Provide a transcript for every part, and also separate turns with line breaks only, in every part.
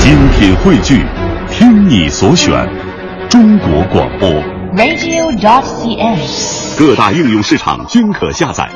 精品汇聚，听你所选，中国广播。
radio.cn。
各大应用市场均可下载。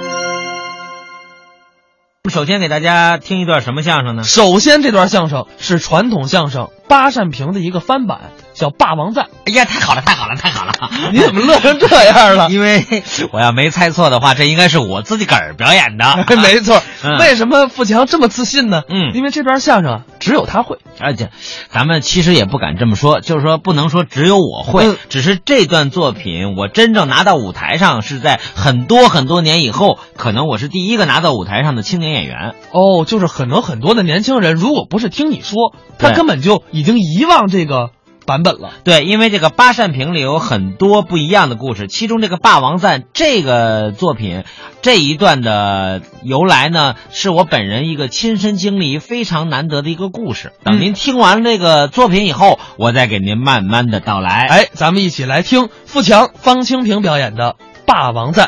首先给大家听一段什么相声呢？
首先，这段相声是传统相声八扇屏的一个翻版，叫《霸王赞
哎呀，太好了，太好了，太 好了！》。
你怎么乐成这样了？。
因为我要没猜错的话，这应该是我自己个儿表演的
没错
嗯，
为什么富强这么自信呢？
嗯
因为这段相声啊只有他会。
而且，咱们其实也不敢这么说，就是说不能说只有我会，
嗯
只是这段作品我真正拿到舞台上是在很多很多年以后，可能我是第一个拿到舞台上的青年演员。
哦，就是很多很多的年轻人，如果不是听你说，他
对
根本就已经遗忘这个版本了。
对，因为这个八扇屏里有很多不一样的故事，其中这个《霸王赞》这个作品这一段的由来呢，是我本人一个亲身经历，非常难得的一个故事。等
嗯
您听完这个作品以后，我再给您慢慢的道来。，
哎，咱们一起来听富强、方清平表演的《霸王赞》。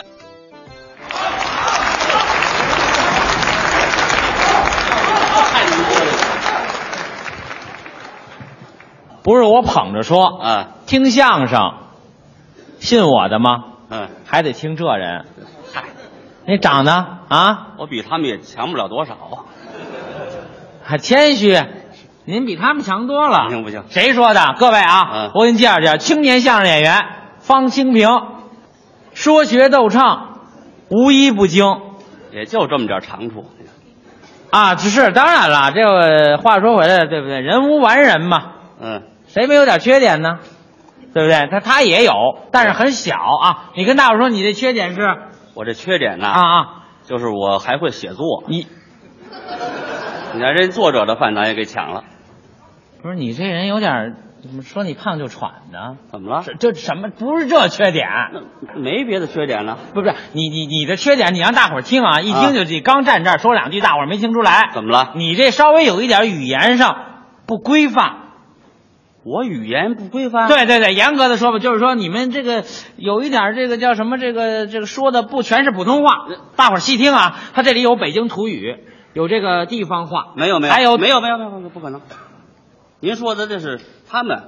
不是我捧着说，啊，听相声，信我的吗？
嗯，
还得听这人。嗨，你长得啊，
我比他们也强不了多少啊。
还谦虚，您比他们强多了。
不行不行
谁说的？各位啊
嗯，
我给你介绍介绍青年相声演员方清平，说学逗唱，无一不精。
也就这么点长处。
啊，只是当然了，这个话说回来了，对不对？人无完人嘛，
嗯，
谁没有点缺点呢？对不对？他他也有，但是很小啊。你跟大伙说你的缺点是
我这缺点呢，
啊啊，
就是我还会写作。
你
你看人作者的饭咱也给抢了，
不是你这人有点儿怎么说你胖就喘呢？
怎么了？
这这什么不是这缺点？
那没别的缺点呢？
不是不是你你你的缺点，你让大伙儿听啊，一
啊
听就你刚站这儿说两句，大伙儿没听出来。
怎么了？
你这稍微有一点语言上不规范。
我语言不规范。，
对对对，严格的说吧，就是说你们这个有一点这个叫什么这个这个说的不全是普通话，
呃
大伙儿细听啊，他这里有北京土语，有这个地方话，
没有没有，
还有
没有没有没有没有不可能。您说的这是他们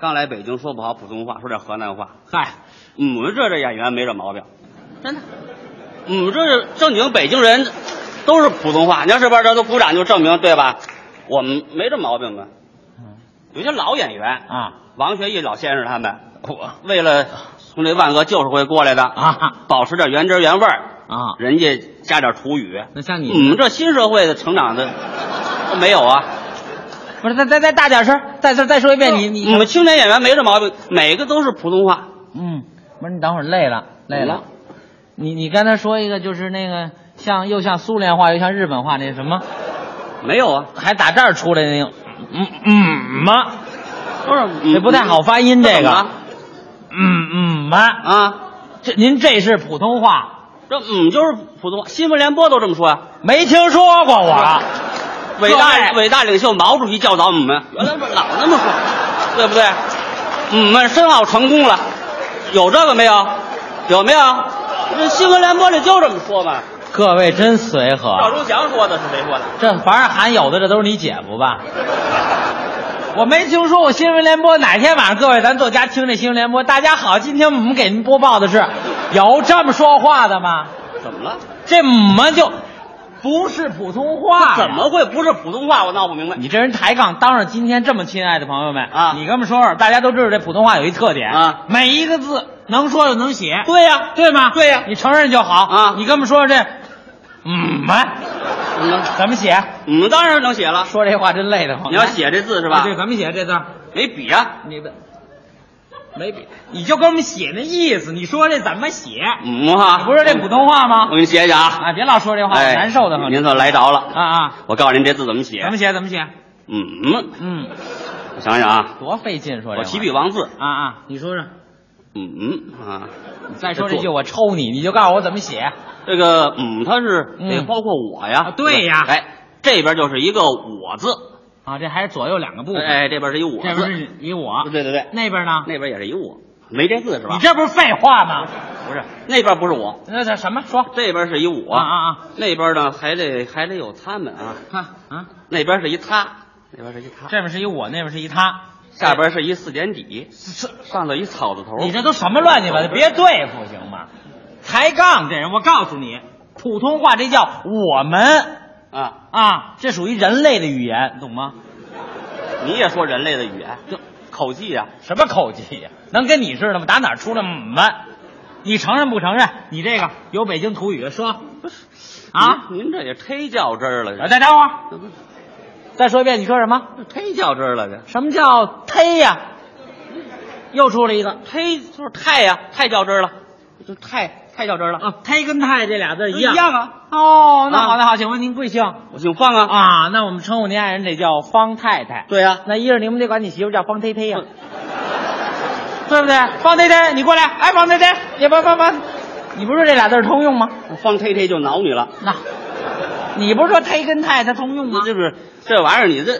刚来北京，说不好普通话，说点河南话。嗯
嗨，
我们这这演员没这毛病，真的。我们嗯这是正经北京人，都是普通话。你要是玩这都鼓掌就证明对吧？我们没这毛病啊。
嗯
有些老演员
啊，
王学义老先生他们，我为了从这万恶旧社会过来的
啊，
保持点原汁原味儿
啊
人家加点土语。
那像
我们这新社会的成长的都没有啊。
不是再再再大点声儿，再再再说一遍，你你
我们青年演员没这毛病，每个都是普通话。
嗯，不是你等会儿累了累了
嗯，
你你刚才说一个就是那个像又像苏联话又像日本话那什么，
没有啊，
还打这儿出来那个嗯嗯妈，
不是，
这不太好发音这
嗯怎么
个
了
嗯嗯妈，
啊。
这您这是普通话。
这嗯就是普通话，新闻联播都这么说啊呀、
没听说过我，
伟大
各位
伟大领袖毛主席教导我们，原来老那 么说，对不对？我们申奥成功了，有这个没有？有没有？这新闻联播里就这么说嘛。
各位真随和。
赵忠祥说的是谁说的？
这凡是喊有的，这都是你姐夫吧？我没听说过新闻联播，哪天晚上各位咱坐家听这新闻联播。大家好，今天我们给您播报的是，有这么说话的吗？
怎么了？
这嗯嘛就不是普通话，
怎么？会不是普通话？我闹不明白。
你这人抬杠，当着今天这么亲爱的朋友们
啊
你跟我们说说，大家都知道这普通话有一特点
啊
每一个字能说又能写，
对呀、
对吗？
对呀
你承认就好
啊
你跟我们说说这，嗯嘛
怎么了？
怎么写？
我们嗯当然能写了。
说这话真累得慌。
你要写这字是
是
吧？
啊对，怎么写这字儿？
没笔啊，
你的没笔，你就跟我们写那意思。你说这怎么写？
嗯哈。
不是这普通话
我
吗？
给你写写啊。
啊，别老说这话，我
哎，
难受的很。
您算来着了。
啊啊，
我告诉您这字怎么写
怎。么写？怎么写？
嗯，
嗯，
我想想啊，
多费劲说这话。
我提笔忘字。
啊啊，你说说，
嗯啊，
你再说这句
做
我抽你，你就告诉我怎么写。
这个嗯，它是
嗯
得包括我呀。
啊对呀
哎，这边就是一个我字，
啊，这还是左右两个部分。
哎，这边是一我
这
字
边，是你我，
对对对，
那边呢？
那边也是一我，没这字是吧？
你这不是废话吗？
不是那边不是我，
那这什么说？
这边是一我
啊啊啊！
那边呢还得还得有他们啊，
看啊，
那边是一他，那边是一他，
这边是一我，那边是一他，
下边是一四点底，
是
上头一草字头。
你这都什么乱七八糟？别对付行吗？抬杠这人，我告诉你，普通话这叫我们
啊！
啊，这属于人类的语言，懂吗？
你也说人类的语言，就口技啊呀、
什么口技呀？能跟你似的吗？打哪儿出来嗯们？你承认不承认？你这个有北京土语说啊？
您您这也忒较真儿了，
哎，再等会儿，再说一遍，你说什么？
这忒较真儿了，这
什么叫忒呀、又出了一个忒，就是太呀、
太较真儿了，这太太较真儿了。
啊，忒跟太这俩字一样。
一样啊。
哦，那
啊
好，那好，请问您贵姓？
我姓方啊，
啊，那我们称呼您爱人得叫方太太。
对啊呀、
那一会儿你们得管你媳妇叫方忒忒呀，对不对？方忒忒，你过来，哎，方忒忒，你不不不，你不是说这俩字儿通用吗？
方忒忒就挠你了，
那，你不是说忒跟太它通用吗
这？是不是这玩意儿？你这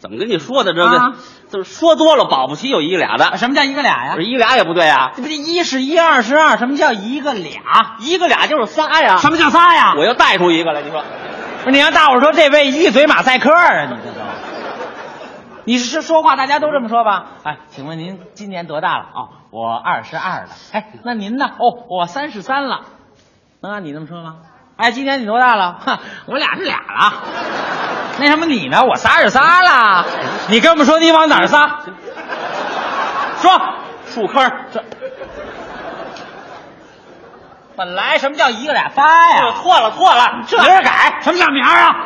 怎么跟你说的？这
啊
个怎么说多了，保不齐有一个俩
啊
的，
什么叫一个俩呀
不是？一俩也不对啊，
这不是一是一，二是二，什么叫一个俩？
一个俩就是仨呀。
什么叫仨呀？
我又带出一个来，你说啊
不是你让大伙儿说这位一嘴马赛克啊，你这都。你是说话大家都这么说吧？哎，请问您今年多大了？哦，我二十二了。哎，那您呢？哦，我三十三了。能按你那么说吗？哎，今年你多大了？哼，我俩是俩了。那什么你呢？我仨是仨了。你跟我们说你往哪儿仨？说
树坑儿
这。本来什么叫一个俩仨呀？
错了错了，
这明儿改，什么叫明儿啊？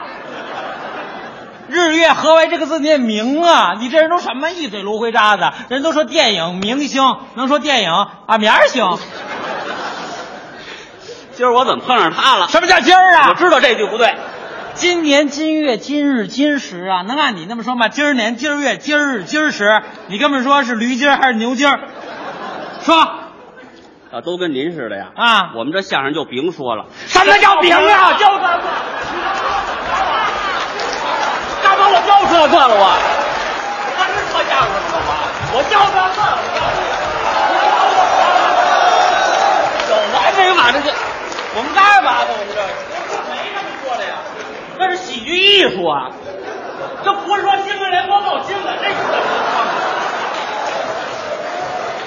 日月何为这个字念明啊？你这人都什么一嘴芦灰渣子？人都说电影明星能说电影啊，明儿行。
今儿我怎么碰上他了？
什么叫今儿
我
啊？
知道这句不对，
今年今月今日今时啊，能按你那么说吗？今儿年今儿月今儿日今儿时，你跟我们说是驴今儿还是牛今儿？说
啊，都跟您似的呀。
啊
我们这相声就甭说了，
什么叫明啊？就
干嘛我又这个了我？他是说相声的吗？我叫他这个。有来这个马这就，我们干嘛呢？我们这没这么说的呀，那是喜剧艺术啊。这不是说新闻联播报新闻这个。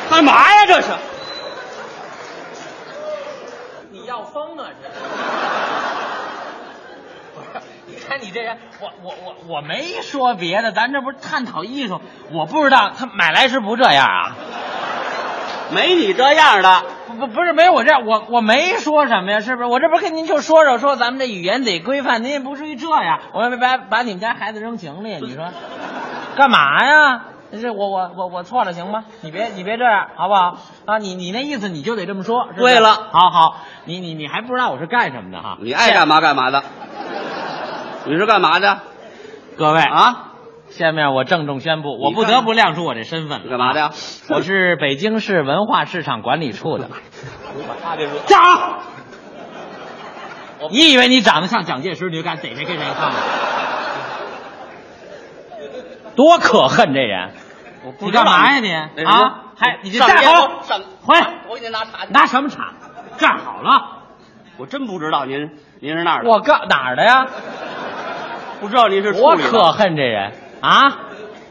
干嘛呀？这是
你要疯啊！这，不是？你看你这人，我我我我没说别的，咱这不是探讨艺术，我不知道他买来时不这样啊，
没你这样的，
不不不是没有我这样，我我没说什么呀，是不是？我这不是跟您就说说说咱们这语言得规范，您也不至于这样，我没把把你们家孩子扔井里，你说干嘛呀？这我我我我错了行吗？你别你别这样好不好啊？你你那意思你就得这么说。是不是
对了
好好，你你你还不知道我是干什么的哈？
你爱干嘛干嘛的。你是干嘛的
各位，
啊？
下面我郑重宣布，我
你
不
干
得不亮出我这身份
你
了。
干嘛的呀？
我是北京市文化市场管理处的。
他这是
站好！你以为你长得像蒋介石，你就敢逮谁跟谁看啊吗？多可恨这人！
我不
你
知道
干嘛呀
那
你
什么
啊？还你这
上
站
街
好
头上
回来
我给您拿茶去。
拿什么铲？站好了！
我真不知道您您是那儿的，
我告哪儿的呀？
不知道您是处
多
理的
可，恨这人啊！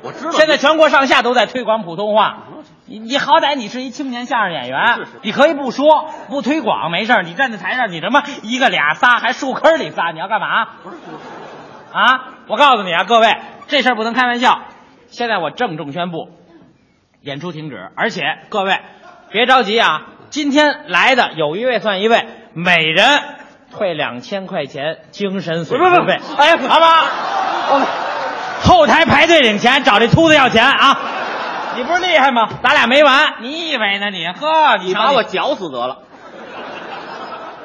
我知道嗯
现在全国上下都在推广普通话。你你好歹你是一青年相声演员，
是是
你可以不说不推广没事儿你站在台上你什么一个俩仨还树坑里仨，你要干嘛？
不是
啊！我告诉你啊，各位，这事儿不能开玩笑。现在我郑重宣布，演出停止。而且各位别着急啊，今天来的有一位算一位，每人退两千块钱精神损失费。哎呀，好吧， 后台排队领钱，找这秃子要钱啊！你不是厉害吗？咱俩没完，你以为呢你？呵，你
你
瞧
把我绞死得了。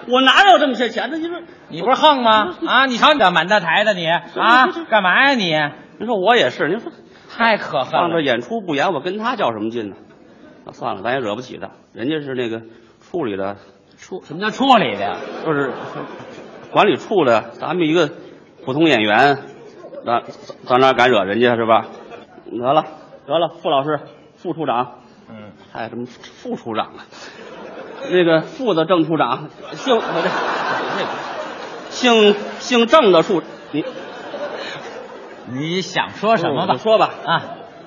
我哪有这么些钱呢？你说
你不是横吗？啊，你瞧你这满大台的你啊，干嘛呀你？
您说我也是，您说
太可恨
上
了
这！演出不演，我跟他较什么劲呢？那算了，咱也惹不起他，人家是那个处理的，
处什么叫处理的呀？
就是管理处的，咱们一个普通演员，咱咱哪敢惹人家是吧？得了得了，傅老师，副处长，
嗯，
哎，什么副处长啊？那个副的正处长，姓哎我这，我这姓姓郑的处，你
你想说什么吧？
我就说吧，
啊，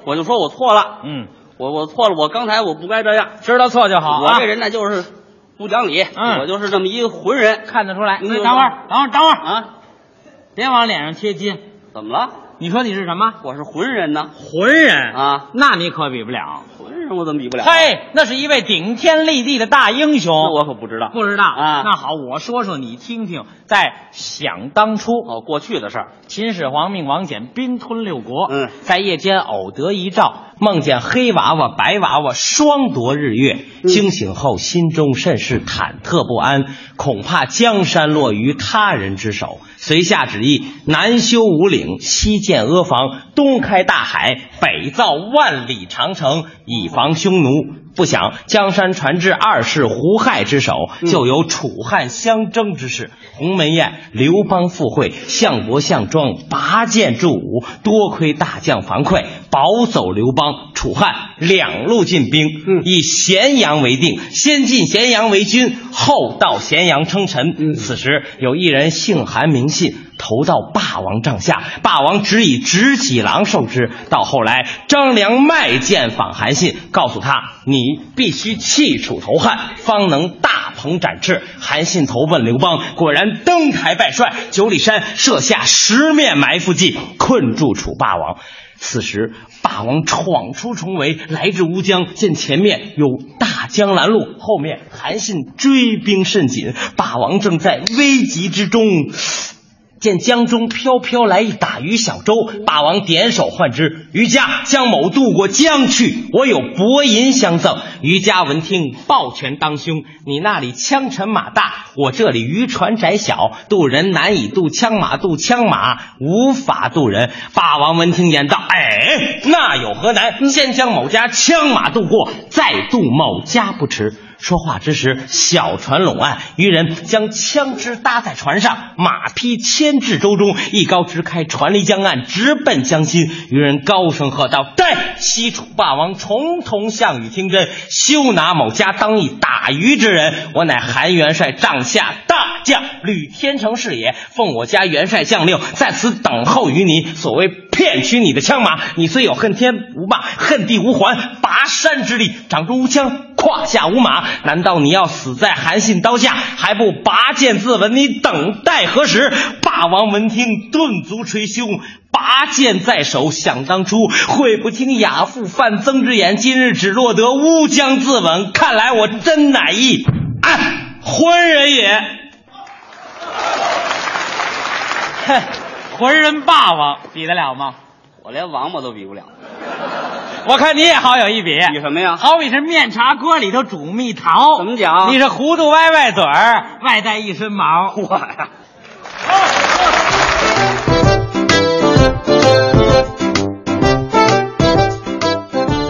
我就说我错了，
嗯，
我我错了，我刚才我不该这样，
知道错就好
我
啊
这。人呢就是不讲理，
嗯
我就是这么一个混人
看得出来。
嗯
所以等会儿，等会儿，等会儿，
啊！
别往脸上贴金。
怎么了？
你说你是什么
我是混人呢
浑人？
啊！
那你可比不了。
浑人我怎么比不了？
嘿，那是一位顶天立地的大英雄。
那哦我可不知道。
不知道
啊
那好，我说说你听听。在想当初，
哦，过去的事儿，
秦始皇命王翦兵吞六国，
嗯
在夜间偶得一兆，梦见黑娃娃、白娃娃双夺日月，惊醒后心中甚是忐忑不安，恐怕江山落于他人之手。遂下旨意：南修五岭，西建阿房，东开大海，北造万里长城，以防匈奴。不想江山传至二世胡亥之手，就有楚汉相争之势。鸿门宴，刘邦赴会，相国项庄拔剑助武，多亏大将樊哙保走刘邦、楚汉两路进兵，以咸阳为定，先进咸阳为君，后到咸阳称臣。此时有一人姓韩名信。投到霸王帐下，霸王只以执戟郎授之。到后来，张良卖剑访韩信，告诉他：“你必须弃楚投汉，方能大鹏展翅。”韩信投奔刘邦，果然登台拜帅，九里山设下十面埋伏计，困住楚霸王。此时，霸王闯出重围，来至乌江，见前面有大江拦路，后面韩信追兵甚紧，霸王正在危急之中。见江中飘飘来一打鱼小舟，霸王点手唤之，渔家将某渡过江去，我有薄银相赠。渔家闻听，抱拳当胸。你那里枪沉马大，我这里渔船窄小，渡人难以渡枪马，渡枪马无法渡人。霸王闻听言道：“哎，那有何难？先将某家枪马渡过，再渡某家不迟。”说话之时，小船拢岸，渔人将枪支搭在船上，马匹牵至舟中，一篙支开，船离江岸，直奔江心。渔人高声喝道：“待西楚霸王重瞳项羽听真，休拿某家当一打鱼之人，我乃韩元帅帐下大将，吕天成是也。奉我家元帅将令，在此等候于你。所谓骗取你的枪马，你虽有恨天无霸，恨地无还，拔山之力，掌中无枪。”胯下无马，难道你要死在韩信刀下，还不拔剑自刎？你等待何时？霸王闻听，顿足捶胸，拔剑在手。想当初，会不听亚父范增之言，今日只落得乌江自刎。看来我真乃一啊，昏人也。嘿， 浑人霸王比得了吗？
我连王八都比不了。
我看你也好有一比。
比什么呀？
好比是面茶锅里头煮蜜桃，
怎么讲
你是糊涂歪歪嘴儿，外带一身毛。
我呀，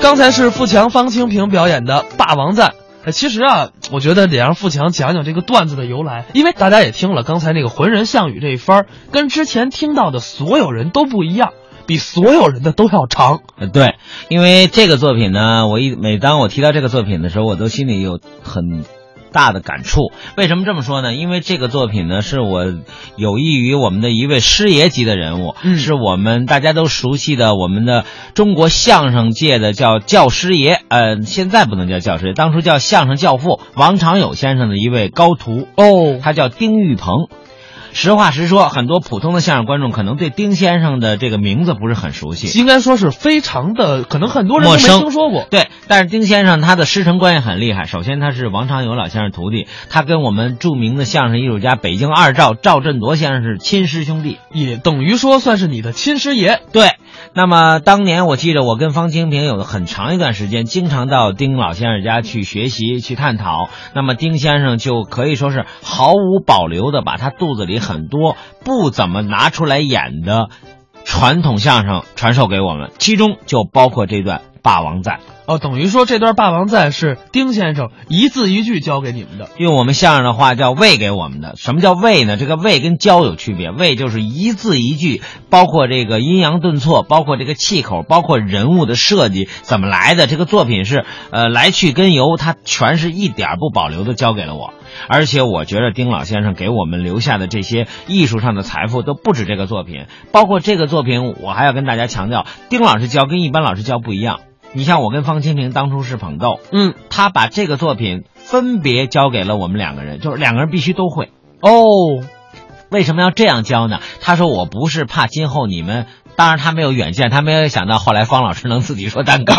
刚才是富强、方清平表演的《霸王赞》。呃其实啊，我觉得得让富强讲讲这个段子的由来，因为大家也听了刚才那个“浑人项羽”这一番儿，跟之前听到的所有人都不一样，比所有人的都要长。
呃，对，因为这个作品呢，我一每当我提到这个作品的时候，我都心里有很大的感触。为什么这么说呢？因为这个作品呢，是我有益于我们的一位师爷级的人物，
嗯
是我们大家都熟悉的我们的中国相声界的叫教师爷，呃，现在不能叫教师爷，当初叫相声教父王长友先生的一位高徒
哦
他叫丁玉鹏。实话实说，很多普通的相声观众可能对丁先生的这个名字不是很熟悉，
应该说是非常的，可能很多人都
陌
没
生
听说过。
对，但是丁先生他的师承关系很厉害。首先，他是王长友老先生徒弟，他跟我们著名的相声艺术家北京二赵赵振铎先生是亲师兄弟。
也等于说算是你的亲师爷。
对，那么当年我记得我跟方清平有很长一段时间，经常到丁老先生家去学习、去探讨。那么丁先生就可以说是毫无保留的把他肚子里很多不怎么拿出来演的传统相声传授给我们，其中就包括这段《霸王赞》。
哦，等于说这段《霸王赞》是丁先生一字一句教给你们 的。
用我们相声的话叫喂给我们的。什么叫喂呢？这个喂跟教有区别，喂就是一字一句，包括这个阴阳顿挫，包括这个气口，包括人物的设计怎么来的。这个作品是呃来去跟由，他全是一点儿不保留的教给了我。而且我觉得丁老先生给我们留下的这些艺术上的财富都不止这个作品，包括这个作品，我还要跟大家强调，丁老师教跟一般老师教不一样。你像我跟方清平当初是捧逗，
嗯，
他把这个作品分别交给了我们两个人，就是两个人必须都会。
哦，
为什么要这样教呢？他说我不是怕今后你们，当然他没有远见，他没有想到后来方老师能自己说单 杠。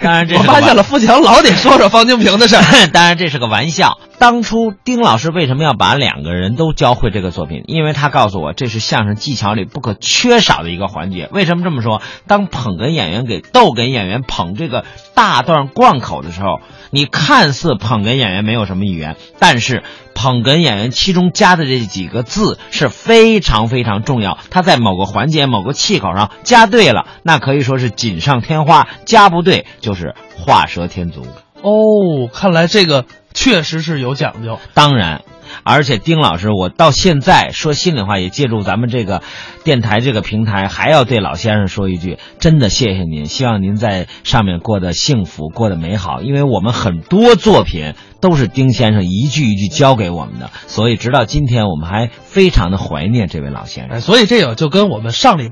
当然这
我
是个
发
玩
现了，富强老得说说方清平的事儿。
当然这是个玩笑。当初丁老师为什么要把两个人都教会这个作品？因为他告诉我，这是相声技巧里不可缺少的一个环节。为什么这么说？当捧哏演员给逗哏演员捧这个大段贯口的时候，你看似捧哏演员没有什么语言，但是捧哏演员其中加的这几个字是非常非常重要。他在某个环节、某个气口上加对了，那可以说是锦上添花；加不对，就是画蛇添足。
哦，看来这个确实是有讲究。
当然，而且丁老师，我到现在说心里话，也借助咱们这个电台这个平台，还要对老先生说一句，真的谢谢您，希望您在上面过得幸福，过得美好。因为我们很多作品都是丁先生一句一句教给我们的，所以直到今天，我们还非常的怀念这位老先生
哎，。所以这个就跟我们上礼